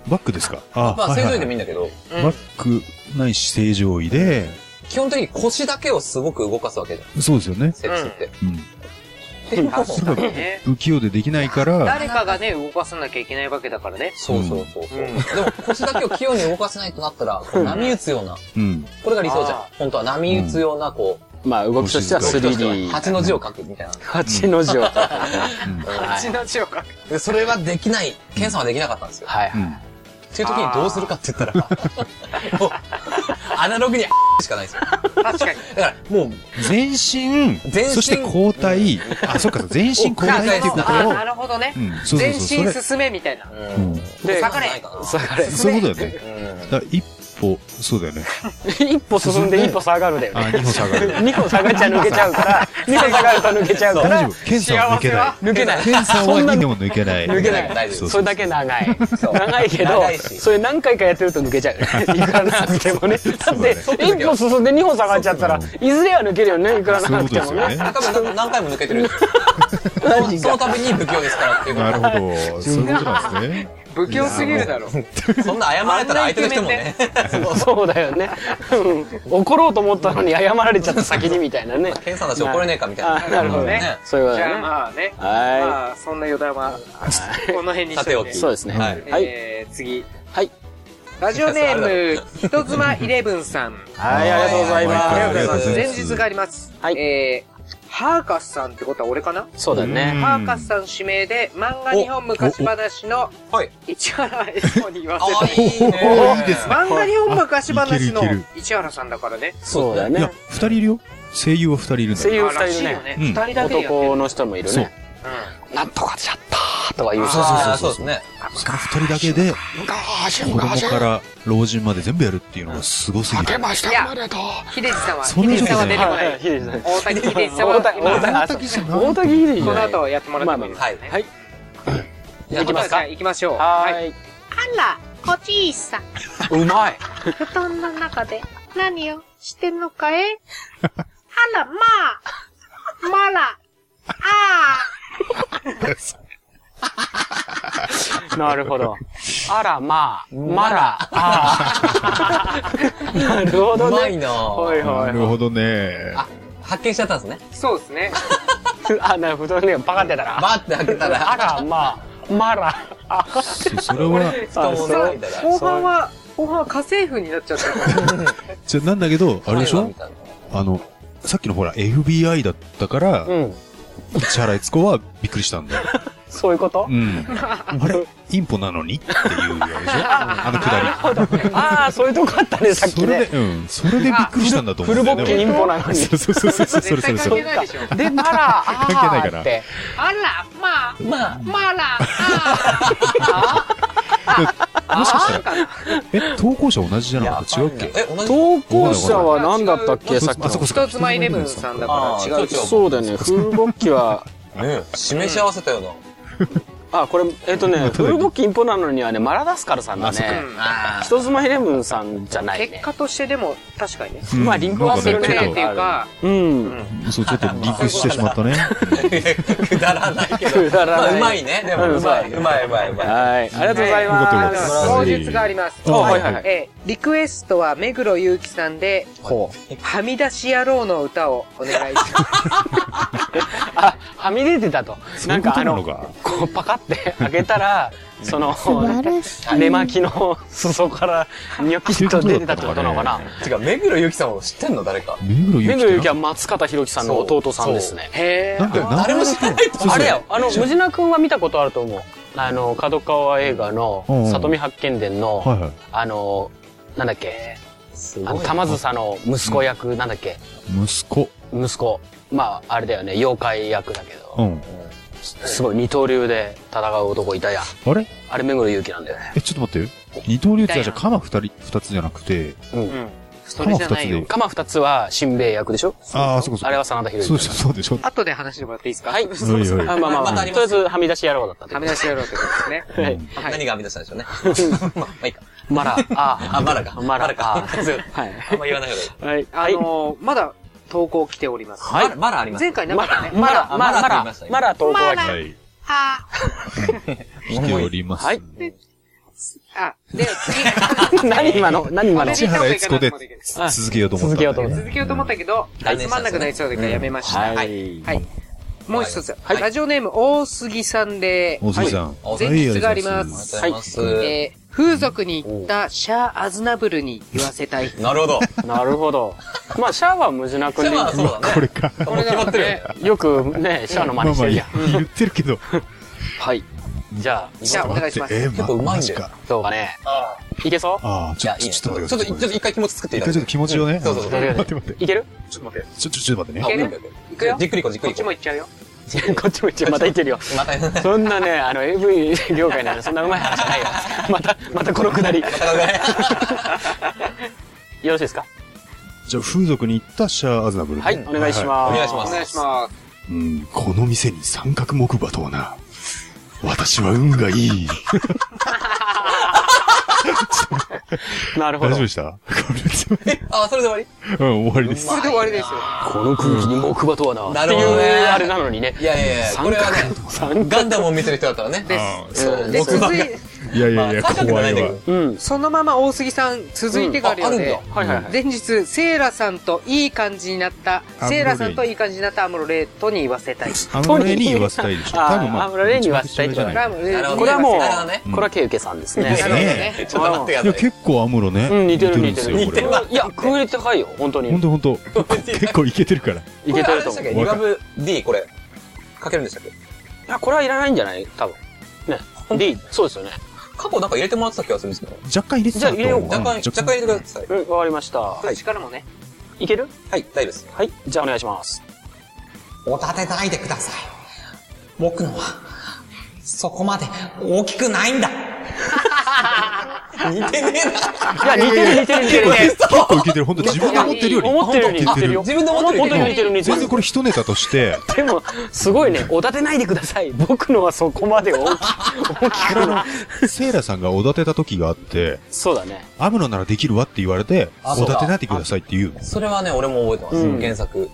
バックですかあ、まあ、はい正は常い位でもいいんだけど、うんバックないし正常位で、基本的に腰だけをすごく動かすわけじゃん、そうですよね。セックスって。うん。でもそれがね不器用でできないから、誰かがね、動かさなきゃいけないわけだから (laughs) ね。そうそうそうそう。うんでも腰だけを器用に動かせないとなったら、こう波打つような、うん。これが理想じゃんあ。本当は波打つような、こう、まあ、動きとしてはうん僕としては 3D。八の字を書くみたいな。 (laughs) 8の字を。うんうちの字を書く。でそれはできない、ケンさんはできなかったんですよ。はい。うんっていう時にどうするかって言ったら、もうアナログに (laughs) しかないですよ。確かに。だから、もう、全身、全身そして交代、あ、そっか、全身交代っていうことをあ、なるほどね。うん、そうそう全そう、身それ、進めみたいな。うん、で、下がれないかな下がれ。そういうことだよね。うんだから一歩、そうだよね。一歩進んで一歩下がるだよあ、ね。二歩下 (laughs) がる。二歩下がっちゃ抜けちゃう (laughs) から、二歩下がると抜けちゃうか大ら丈、夫。検査は抜けない。抜けない。検査そはんな2のでも抜けない。抜けない大丈夫そうそれだけ長い。長いけど長い、しそれ何回かやってると抜けちゃうよね。いくらなくてもね。だって、だね一歩進んで二歩下がっちゃったら、いずれは抜けるよね、いくらなくてもそういうことですよねね。多分な何回も抜けてる。そのその度に不器用ですからっていうなこるほ (laughs) ど。そういうことなんですね。不器用すぎるだろ。と。そんな謝られたら相手の人もね。そうだよね。うん怒ろうと思ったのに謝られちゃった先にみたいなね。検査だし怒れねえかみたいあな。なるほどねね。そういうことじだゃあね。まあね。はいまあ、そんな余談は、この辺にしさてておおいき。て。そうですねはい。はいえー、次。はい。ラジオ (laughs) ネーム、人妻イレブンさん。はい、ありがとうございありがまとうございます前日があります。はいえー、ハーカスさんってことは俺かなす。そうだうんね。ハーカスさん指名で漫画日本昔話のはい。市原エ子に言わあせあ、て。いいおーいいねで。す漫画日本昔話のいけるい市原さんだからね。そうだいやね。、二人いるよ。声優は二人いるんだ声よ。優あ二人らしいいるよね。ね。うん二人だけでやってる。男の人もいるそうね。なんとかしちゃったとか言う人そうそうそうそううですね。その二人だけで、昔子供昔から老人まで全部やるっていうのがすごすぎる。ましいやでと秀治さんは、そ秀んな治さんは出てこはないはいい。秀治さん大滝秀治さん大は滝大今、滝あそう大滝秀治このじゃない後やってもらってもいいですはい。はい行きますじゃあか。行きましょう。は。いあら、おじいさん。うまい布団の中で何をしてんのかいあら、まあ。まら。あなるほどあらまあまらあーなるほうどまいねなほぁいほないるほいほどね。あ、発見しちゃったんですね。そうですね。あなるほどねバカってたらバーって開けたら、あらまあまらそあそれは、太ももあのそうみたいな。後半は、後半は家政婦になっちゃったから。じゃ、なんだけど、あれでし彼はょみたいなあの、さっきのほら、FBI だったから、うん市原悦子はびっくりしたん (laughs) だよ。そういうことうん。あれ、インポなのにってい (laughs) うやつでしょあのくだり。ああそういうとこあった (laughs) ねさっきそれねで、うん。それでびっくりしたんだと思フうんルだボよね。ッケインポなの俺にそうそうそうそう、 (laughs) それ絶そ対れそれ。関係ないでしょ。で、まら、あ関係ないかーらって。あら、まあ。まあ、ま (laughs) ら。あもしかしたら、え、投稿者同じじゃなかった違うっけえ、同じ (laughs) 投稿者は何だったっけあさそっっきかそっのか。人妻イレブンさんだから違う。そうそうだよね。フルボッキは、ね示し合わせたような。あ、これ、えっとね、フルボッキインポなのにはね、マラダスカルさんだね。うんあ人妻イレブンさんじゃない結ね。果としてでも、確かにね。うんまあリンクはなんかするプねねレちーっょってというか、うん。そう、ちょっとリンクしてしまったね。あ。 (laughs) くだらないけど。くだらまあないうまいね。でも、うまい。うまい、うまい、うまい。はい。ありがとうございよかまったよす。かった口述があります。あはい (laughs) はいはいえーリクエストは目黒祐樹さんで、ほはみ出し野郎の歌をお願いします。あ、はみ出てたと。そうないんうこかとあなのの、か。こうパカって開けたら、その、素晴らしい。寝巻きの裾からニョキッと出てたってことなのかな。てか、目黒ゆきさんを知ってんの誰か。目黒ゆ目き黒ゆっきては松方弘樹さんの弟さんですね。へな、なんか、なん誰も知らないと思う。あれよ、あの、ムジナ君は見たことあると思う。あの、角川映画のうんう、ん里見八犬伝の、はいはい。あの、なんだっけ、すあの、玉津さんの息子役、なんだっけ、息子。息子。まあ、あれだよね、妖怪役だけうど、ん。すごい二刀流で戦う男いたやん。あれあれ、目黒祐樹なんだよね。え、ちょっと待って。二刀流ってあじゃあ、鎌二人、二つじゃなくて、うん。それ鎌じ二ゃつないよで。。鎌二つは、新兵衛役でしょああ、そこそこ。あれは真田広そう之でしょ、そうでしょ。後で話してもらっていいですかはい。 (laughs) おいおいあまあまあままたあ、あとりりまあえすず、はみ出し野郎だったってはこみ出し野郎ってことですね。と。はい。はい何が編み出したんでしょう (laughs) ね。 (laughs) まあ、まあいいか。マラ、ああ、まだか。マラ、かあ。はい。あんま言わない方がいい。はい。あはい。のー、まだ投稿来ております。はいまだまだあります。前回なかマったラ、ね。マラ、マラ、マラ、マラ投稿は来たはい。あ来ております。はい (laughs) あ、で、次。 (laughs) 何今の何今の市原悦子で続けようと思ったんだよね。あ続けようと思ったけど、はいつまんなくなりそうだからやめました。はい。いはい。もう一つ。はいラジオネーム、大杉さんで、大杉さん。はい前日がありまありす。がとうございます。えー風俗に行ったシャア・アズナブルに言わせたい。なるほど。なるほど。まあ、シャアは無事なじくゃあまあ、ね、そうだね。これか。 (laughs) もう決まってるよ。よくね、シャアの真まあ似しまてあ、る言やん。ってるけど。はい。じゃあ、じゃあ、お願いします。えー、結構うまマいんだよジかどうかね。いけそうああ、ちょっと、ちょっと待ちょっってと、くだちょっさとい。一回気持ち作って一いた回だちょっと気持ちをね。そうそうそうあー待って待って。いけるちょっと待って。ちょ、ちょ、ちょっと待ってあね。いけるオッケーオッケーいくよじっくり行こう、じっくこっりち行もこいっちゃうよ。こっちも一応またいってるよ。う。また、またそんなね、あの、AV 業界なんでそんなうまい話じゃないよ。また、またこのくだり。よ考えろしいですかじゃあ、風俗に行ったシャア・アズナブル。はい、お願いします。お願いしおます願いします。うん、この店に三角木馬とはな。私は運がいい。す。なるほ (laughs) 大ど丈夫。で (laughs) したこれ、あ、それで終わうん、終わりです。これで終わりですよ。この空気に木馬とはな。なるほどねっていうあれなのにねり。い。やいやいや、これはね、三ガンダムを見てる人だったらね。あーそう、で、僕は続い、いやいやいや、まあ三角怖じいゃないんだけわど。うん。そのまま大杉さん、続いてがあるようであ、はいはいはい。前日、セイラさんといい感じになった、アムロレイセイラさんといい感じになったアムロレイトに言わせたい。あの例に言わせたいでしょ。あー多分まあ。アムロレイに言わせたいってことだめちゃラくちゃムレイなるほどこれはもう、なるほどねこれは慶受さんですでねす。なるほどね。ね。ちょっと待っていや、ください。結構アムロね。うん、似てる似てんでる。すよこれはる。いや、クオリティ高いよ、本当に。ほんとほんと。 (laughs) 結構いけてるから。いけてると思これあれでしたっう。けいリバブ D これ、かけるんでしたっけや、これはいらないんじゃない多分。ね。D、そうですよね。過去なんか入れてもらってた気がするんですけど。若干入れてたと思じゃあ入れよううん若干、若干入れてください。うん、わかりました。はい。力もね。いけるはい、大丈夫です。はい。じゃあお願いします。お立てないでください。僕のは、そこまで大きくないんだ。似てねえな。いや、似てる似てる似てる。結構いけてる。ほんと自分で思ってるより。思ってるより似本当てるよ。自分で思ってるよ本り当に似てる似て全る然。これ一ネタとして、でも、すごいね、おだてないでください。僕のはそこまで大き、大きくない。セイラさんがおだてた時があって、そうだね。アムロならできるわって言われて、あおそうだだてないでくださいって言うの。それはね、俺も覚えてます。うん原作。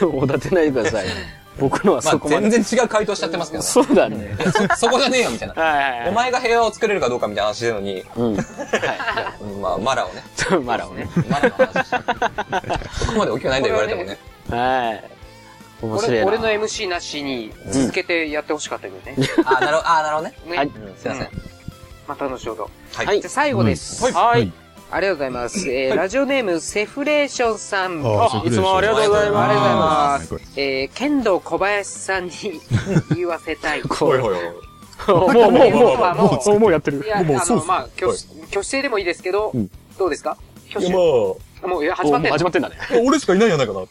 でも、おだてないでください。僕のはまあそこまで。全然違う回答しちゃってますけどね。そうだね。そそこじゃねえよ、みたいな。はいはいおはい。前が平和を作れるかどうかみたいな話してるのに、うん。はい。まあ、マラをね。ちょっとマラをね。マラの話してるそこまで大きくないんだよ言われてもね。はい。面こ白いれな。俺の MC なしに続けてやってほしかったけどね。あ、なるほど、あ、なるほどね。ねはいうんすいません。また後ほど。はいはいじゃあ最後です。はい。ありがとうございます。えーラジオネーム、セフレーションさん。あそうあ、いつもありがとうござあいりがとうございまますは。えー、剣道小林さんに言わせたい。す。こうはいはいはい。もう、もう、もう、もまあもうう、もうやってるい。や、あもうそうっの、すまあ、挙手挙手制でもいいですけど、どうですか挙手。もういや始まおってもうんの始まってんだね。俺しかいないんじゃないかな。も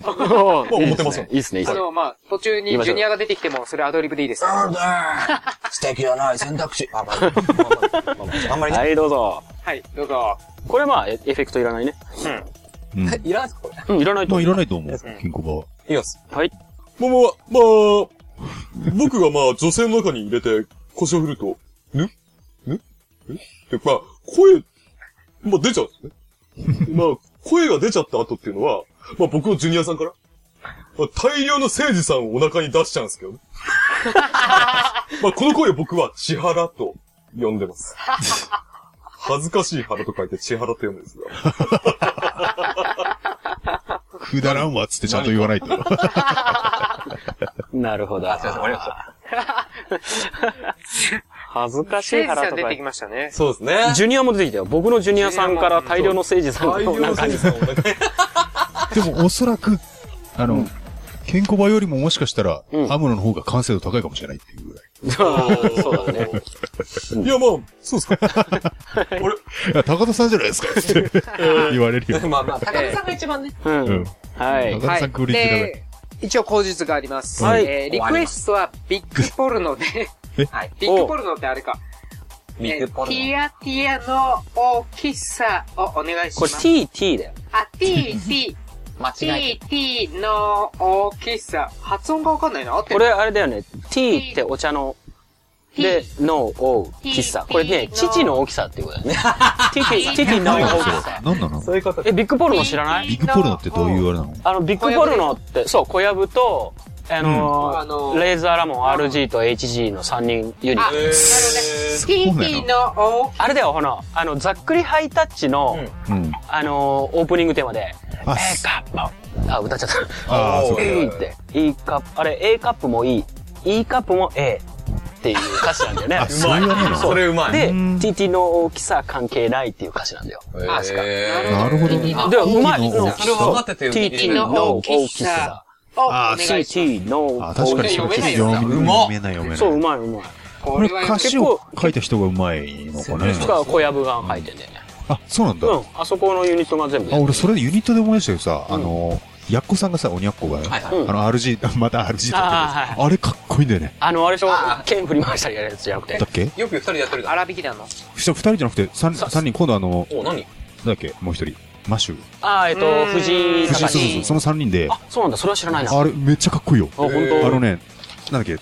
う思ってますよいいですね、いいですあね。の、まあ、途中に言いましジょュうニアが出てきても、それアドリブでいいです。あーだー素敵じゃない選択肢。あ、まあ、まあまあまああんまりね。はい、どうぞ。はい、どうぞ。これまあ、エエフェクトいらないね。うん。いらないですかこれ。うん、いらないとまあ、い思う。らないと思う。ケンコバは。いいです。はい。まあまあ、まあ、僕がまあ女性の中に入れて腰を振ると、ぬぬえって、まあ、声、まあ出ちゃうんですね。まあ、声が出ちゃった後っていうのは、まあ僕のジュニアさんから、まあ、大量の誠治さんをお腹に出しちゃうんですけどね。まあこの声を僕は千原と呼んでます。恥ずかしい腹と書いて千原って呼んでるんですが。くだらんわっつってちゃんと言わないと。なるほど。 (laughs) 恥ずかしせいいじ腹さんと出かて。きましたね。そうですね。ジュニアも出てきたよ。僕のジュニアさんから大量の誠治さん大の量の中選に手。さんをお腹 (laughs) に。でも、おそらく、あの、ケンコバよりももしかしたら、うんアムロの方が完成度高いかもしれないっていうぐらい。そうだね。いやまあ、そ (laughs) うですか。いや、高田さんじゃないですかつって言われるよ。 (laughs) まあまあ、高見さんが一番ね。ううんん。。はい。高田さんクオリティ高い。で、一応口実があります。はいえーリクエストはビッグポ (laughs) ルノで、はい。ビッグポルノってあれか。ビッグポルえーテノ。ィアティアの大きさをお願いしこまれす。 T、T だよ。あ、T、T、間違え T、T の大きさ。発音がわかんないな。合ってこるれあれだよね。T ってお茶の、で、のを喫茶。これね、父の大きさっていうことだよね。父、父の大きさ。なんなのそういうこと。え、ビッグポルノ知らないビッグポルノってどういうあれなのあの、ビッグポルノって、そう、小籔と、あうんあののー、ーレーザーラモン、RG と HG の3人ユニット。えうなの T の大きさ。あれだよ、ほら、あの、ざっくりハイタッチの、うんうん。あのー、オープニングテーマで、あ A カップあ、歌っちゃった。あー、そうおーか。いいって。E カップ、あれ A カップもいい。E カップも A っていう歌詞なんだよね。あ、そういうあれなーのそれうまい。で、うん TT の大きさ関係ないっていう歌詞なんだよ。あ、しか。なるほど。でもうまい。 TT の大きそれは分かってて、 TT の大きさ。をおあ願いします。 CT のあ、大確かにきそされ読めな読めない読めない。い読めないそう、うまい、うまい。ここれれは歌詞を書いた人がうまいのかねい。つかは小籔が入ってんだよね。あ、そうなんだ。うん。あそこのユニットが全部。あ、俺それでユニットで思い出したけどさ、あの、やっこさんがさ、おにゃっこが、はいはいうんあの RG、また (laughs) RG だあけど、あれかっこいいんだよね。あの、あれでしょ剣振り回したりやるやつじゃなくてだ。っけよく二人でやってるじゃん。荒引きなの。人二人じゃなくて、三さ三人、今度あの、お、な何んだっけ、もう一人、マッシュ。ああ、えっうと、ん藤井そうそう隆。そう、その三人で、あ、そうなんだ。それは知らないな。あれめっちゃかっこいいよ。あ、本あの当。ね、なんだっけ、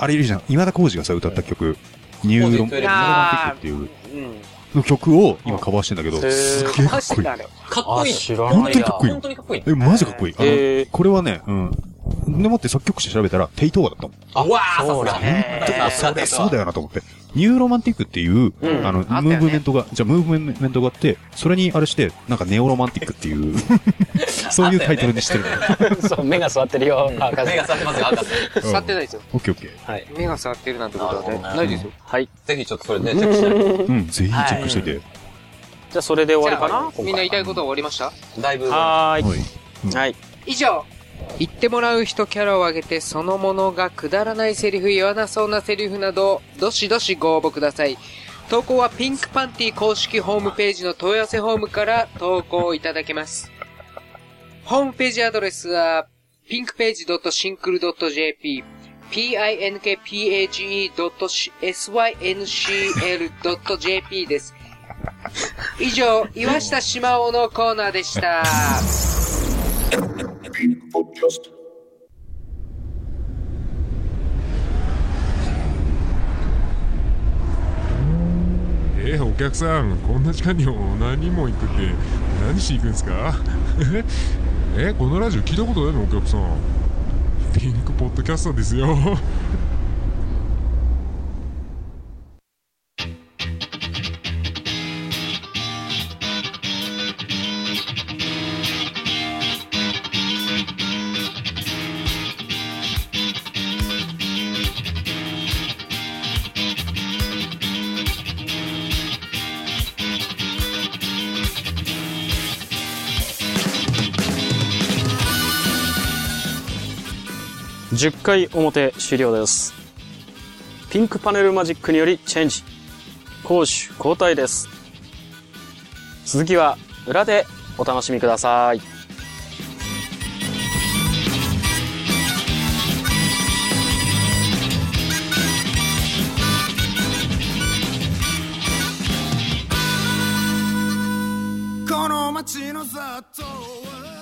あれいるじゃん、今田耕司がさ、歌った曲、ニューロン、ニューロンピックっていううん。の曲を今カバーしてんだけど、へーすげえか (laughs) マっこいいかっこジで。あれ。いい。あ知らない本当や。にかっこいい本当にかっこいい。え、マジかっこいい。あのへーこれはね、うん。でもって作曲者調べたら、テイトーアだったもん。あ、わあ、そうださすがね本当だそれ、そうだよなと思って。ニューロマンティックっていう、うんあの、ムたよねーブメントが、じゃあムーブメントがあって、それにあれして、なんかネオロマンティックっていう、そういうタイトルにしてるの。 (laughs) そう、目が座ってるよ。あ、目が風座ってますよ、赤うん触ってないですよ。オッケーオッケ目が触ってるなんてことはなるねほどねないですよ。はい。ぜひちょっとそれね、チェックしてみー。うん、全員チェックしといて。じゃあ、それで終わりかなじゃあみんな言いたいことは終わりましたてだいぶ、はーはい。い。はい。以上言ってもらう人キャラを上げてそのものがくだらないセリフ言わなそうなセリフなどどしどしご応募ください投稿はピンクパンティ公式ホームページの問い合わせフォームから投稿いただけますホームページアドレスは pinkpage.syncl.jp pinkpage.syncl.jp です以上岩下しまおのコーナーでしたえーお客さんこんな時間に何人も行くって何しに行くんですか (laughs) えこのラジオ聞いたことないのお客さんピンクポッドキャストですよ (laughs) 10回表終了です。ピンクパネルマジックによりチェンジ。攻守交代です。続きは裏でお楽しみください。この街の雑踏は